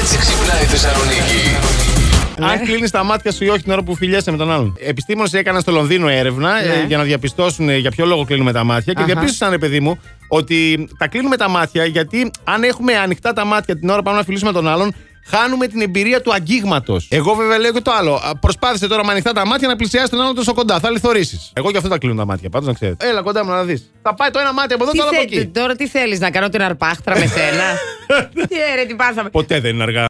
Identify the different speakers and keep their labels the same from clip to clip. Speaker 1: έτσι ξυπνάει η Θεσσαλονίκη.
Speaker 2: Ναι.
Speaker 3: Αν κλείνεις τα μάτια σου ή όχι την ώρα που φιλιέσαι με τον άλλον. Επιστήμονες έκαναν στο Λονδίνο έρευνα
Speaker 2: Ναι.
Speaker 3: ε, για να διαπιστώσουν ε, για ποιο λόγο κλείνουμε τα μάτια. Και
Speaker 2: Αχα.
Speaker 3: διαπίστωσαν, ρε παιδί μου, ότι τα κλείνουμε τα μάτια γιατί αν έχουμε ανοιχτά τα μάτια την ώρα που πάμε να φιλήσουμε τον άλλον, χάνουμε την εμπειρία του αγγίγματος. Εγώ βέβαια λέω και το άλλο. Α, Προσπάθησε τώρα με ανοιχτά τα μάτια να πλησιάσει τον άλλον τόσο κοντά. Θα λιθορίσει. Εγώ γι' αυτό τα κλείνω τα μάτια, πάντως να ξέρετε. Έλα κοντά μου να δεις. Θα πάει το ένα μάτι από εδώ,
Speaker 2: Τι
Speaker 3: το άλλο από
Speaker 2: θε-
Speaker 3: εκεί.
Speaker 2: Τώρα τι θέλεις να κάνω την αρπάχτρα με σένα. Τι έρε, τι πάθαμε.
Speaker 3: Ποτέ δεν είναι αργά.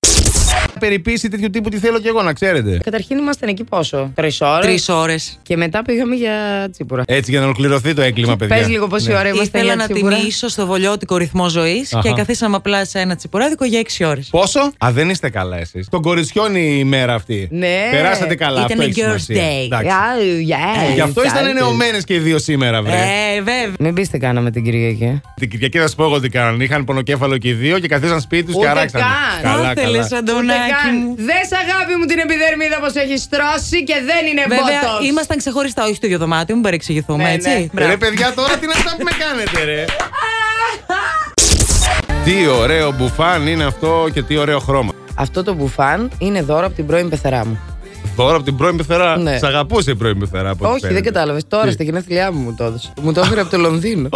Speaker 3: Περιποίηση τέτοιου τύπου τι θέλω κι εγώ να ξέρετε.
Speaker 2: Καταρχήν ήμασταν εκεί πόσο, τρεις ώρες.
Speaker 4: Τρεις ώρες.
Speaker 2: Και μετά πήγαμε για τσίπουρα.
Speaker 3: Έτσι για να ολοκληρωθεί το έγκλημα, Ε, παιδιά.
Speaker 2: Πες λίγο πόση
Speaker 3: Ναι.
Speaker 2: ώρα είμαστε
Speaker 4: Ήθελα
Speaker 2: για
Speaker 4: να
Speaker 2: τσίπουρα.
Speaker 4: τιμήσω στο βολιώτικο ρυθμό ζωής και
Speaker 3: Αχα.
Speaker 4: καθίσαμε απλά σε ένα τσιπουράδικο για 6 ώρες.
Speaker 3: Πόσο? Α, δεν είστε καλά εσείς. Τον κοριτσιώνει η μέρα αυτή.
Speaker 2: Ναι.
Speaker 3: Περάσατε καλά.
Speaker 4: Ήτανε
Speaker 3: αυτό έχει
Speaker 4: Girls'
Speaker 3: σημασία.
Speaker 4: Day.
Speaker 3: Εντάξει. Ε,
Speaker 2: Yeah, yeah,
Speaker 3: Γι' αυτό ήσταν ενεωμένε και οι δύο σήμερα, βρε.
Speaker 4: Ε, βέβαια.
Speaker 2: Μην πεις τι κάναμε την Κυριακή.
Speaker 3: Την Κυριακή θα σου πω εγώ τι κάνανε. Είχαν πονοκέφαλο και οι δύο και καθίσαν σπίτι τους και
Speaker 2: Ούτε
Speaker 3: αράξαν.
Speaker 2: καν.
Speaker 3: Καλά,
Speaker 4: Άθελε,
Speaker 3: καλά.
Speaker 4: Αντωνάκη μου.
Speaker 2: Δες αγάπη μου την επιδερμίδα πως έχεις στρώσει και δεν είναι
Speaker 4: Βέβαια,
Speaker 2: botox.
Speaker 4: ήμασταν ξεχωριστά, όχι στο ίδιο δωμάτιο, μην παρεξηγηθούμε,
Speaker 2: Ναι, ναι.
Speaker 4: έτσι.
Speaker 3: Ρε
Speaker 4: Μπράβο.
Speaker 3: παιδιά, τώρα τι είναι αυτά που με κάνετε, ρε. τι ωραίο μπουφάν είναι αυτό και τι ωραίο χρώμα.
Speaker 2: Αυτό το μπουφάν είναι δώρο από την πρώην πεθερά μου.
Speaker 3: Τώρα από την πρώην πεθερά.
Speaker 2: Ναι.
Speaker 3: Σ' αγαπούσε η πρώην πεθερά από ό,τι
Speaker 2: Όχι, δεν
Speaker 3: φαίνεται.
Speaker 2: κατάλαβες. Τώρα
Speaker 3: Τι?
Speaker 2: στα γενέθλιά μου μου το έδωσε. Μου το έφερε από το Λονδίνο.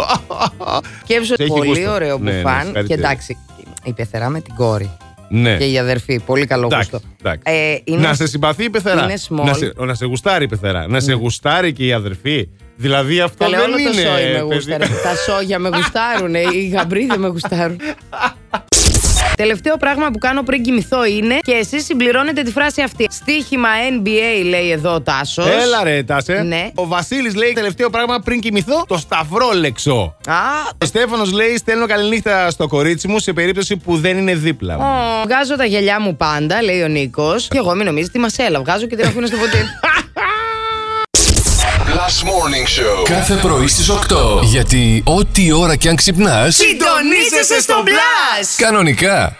Speaker 2: και έψε
Speaker 3: Έχει
Speaker 2: πολύ
Speaker 3: γούστο.
Speaker 2: ωραίο
Speaker 3: Ναι, ναι,
Speaker 2: μπουφάν. και
Speaker 3: συγχαρητήρια.
Speaker 2: εντάξει, η πεθερά με την κόρη.
Speaker 3: Ναι.
Speaker 2: Και η αδερφή. Πολύ καλό
Speaker 3: Εντάξει,
Speaker 2: γούστο.
Speaker 3: εντάξει.
Speaker 2: Ε, είναι-
Speaker 3: Να σε συμπαθεί η πεθερά.
Speaker 2: είναι small.
Speaker 3: Να, σε, να σε γουστάρει η πεθερά. Να σε γουστάρει και η αδερφή. Δηλαδή αυτό
Speaker 2: Καλέ,
Speaker 3: δεν
Speaker 2: όλο
Speaker 3: είναι.
Speaker 2: το σόι με
Speaker 3: παιδί.
Speaker 2: γούσταρε. Τα σόγια με γουστάρουν. ε, Οι γαμπρίδε με γουστάρουν. Τελευταίο πράγμα που κάνω πριν κοιμηθώ είναι και εσείς συμπληρώνετε τη φράση αυτή. Στίχημα NBA λέει εδώ ο Τάσος.
Speaker 3: Έλα ρε, τάσε.
Speaker 2: Ναι.
Speaker 3: Ο Βασίλης λέει τελευταίο πράγμα πριν κοιμηθώ. Το σταυρόλεξο.
Speaker 2: Α,
Speaker 3: Ο Στέφανος λέει: Στέλνω καληνύχτα στο κορίτσι μου σε περίπτωση που δεν είναι δίπλα μου.
Speaker 2: ω, βγάζω τα γυαλιά μου πάντα, λέει ο Νίκος. Και εγώ μην νομίζετε τη μασέλα. Βγάζω και την αφήνω στο ποτήρι.
Speaker 1: Last Morning Show.
Speaker 5: Κάθε πρωί στις 8. Γιατί ό,τι ώρα κι αν ξυπνάς,
Speaker 2: Συντονίζεσαι στο μπλα!
Speaker 5: κανονικά.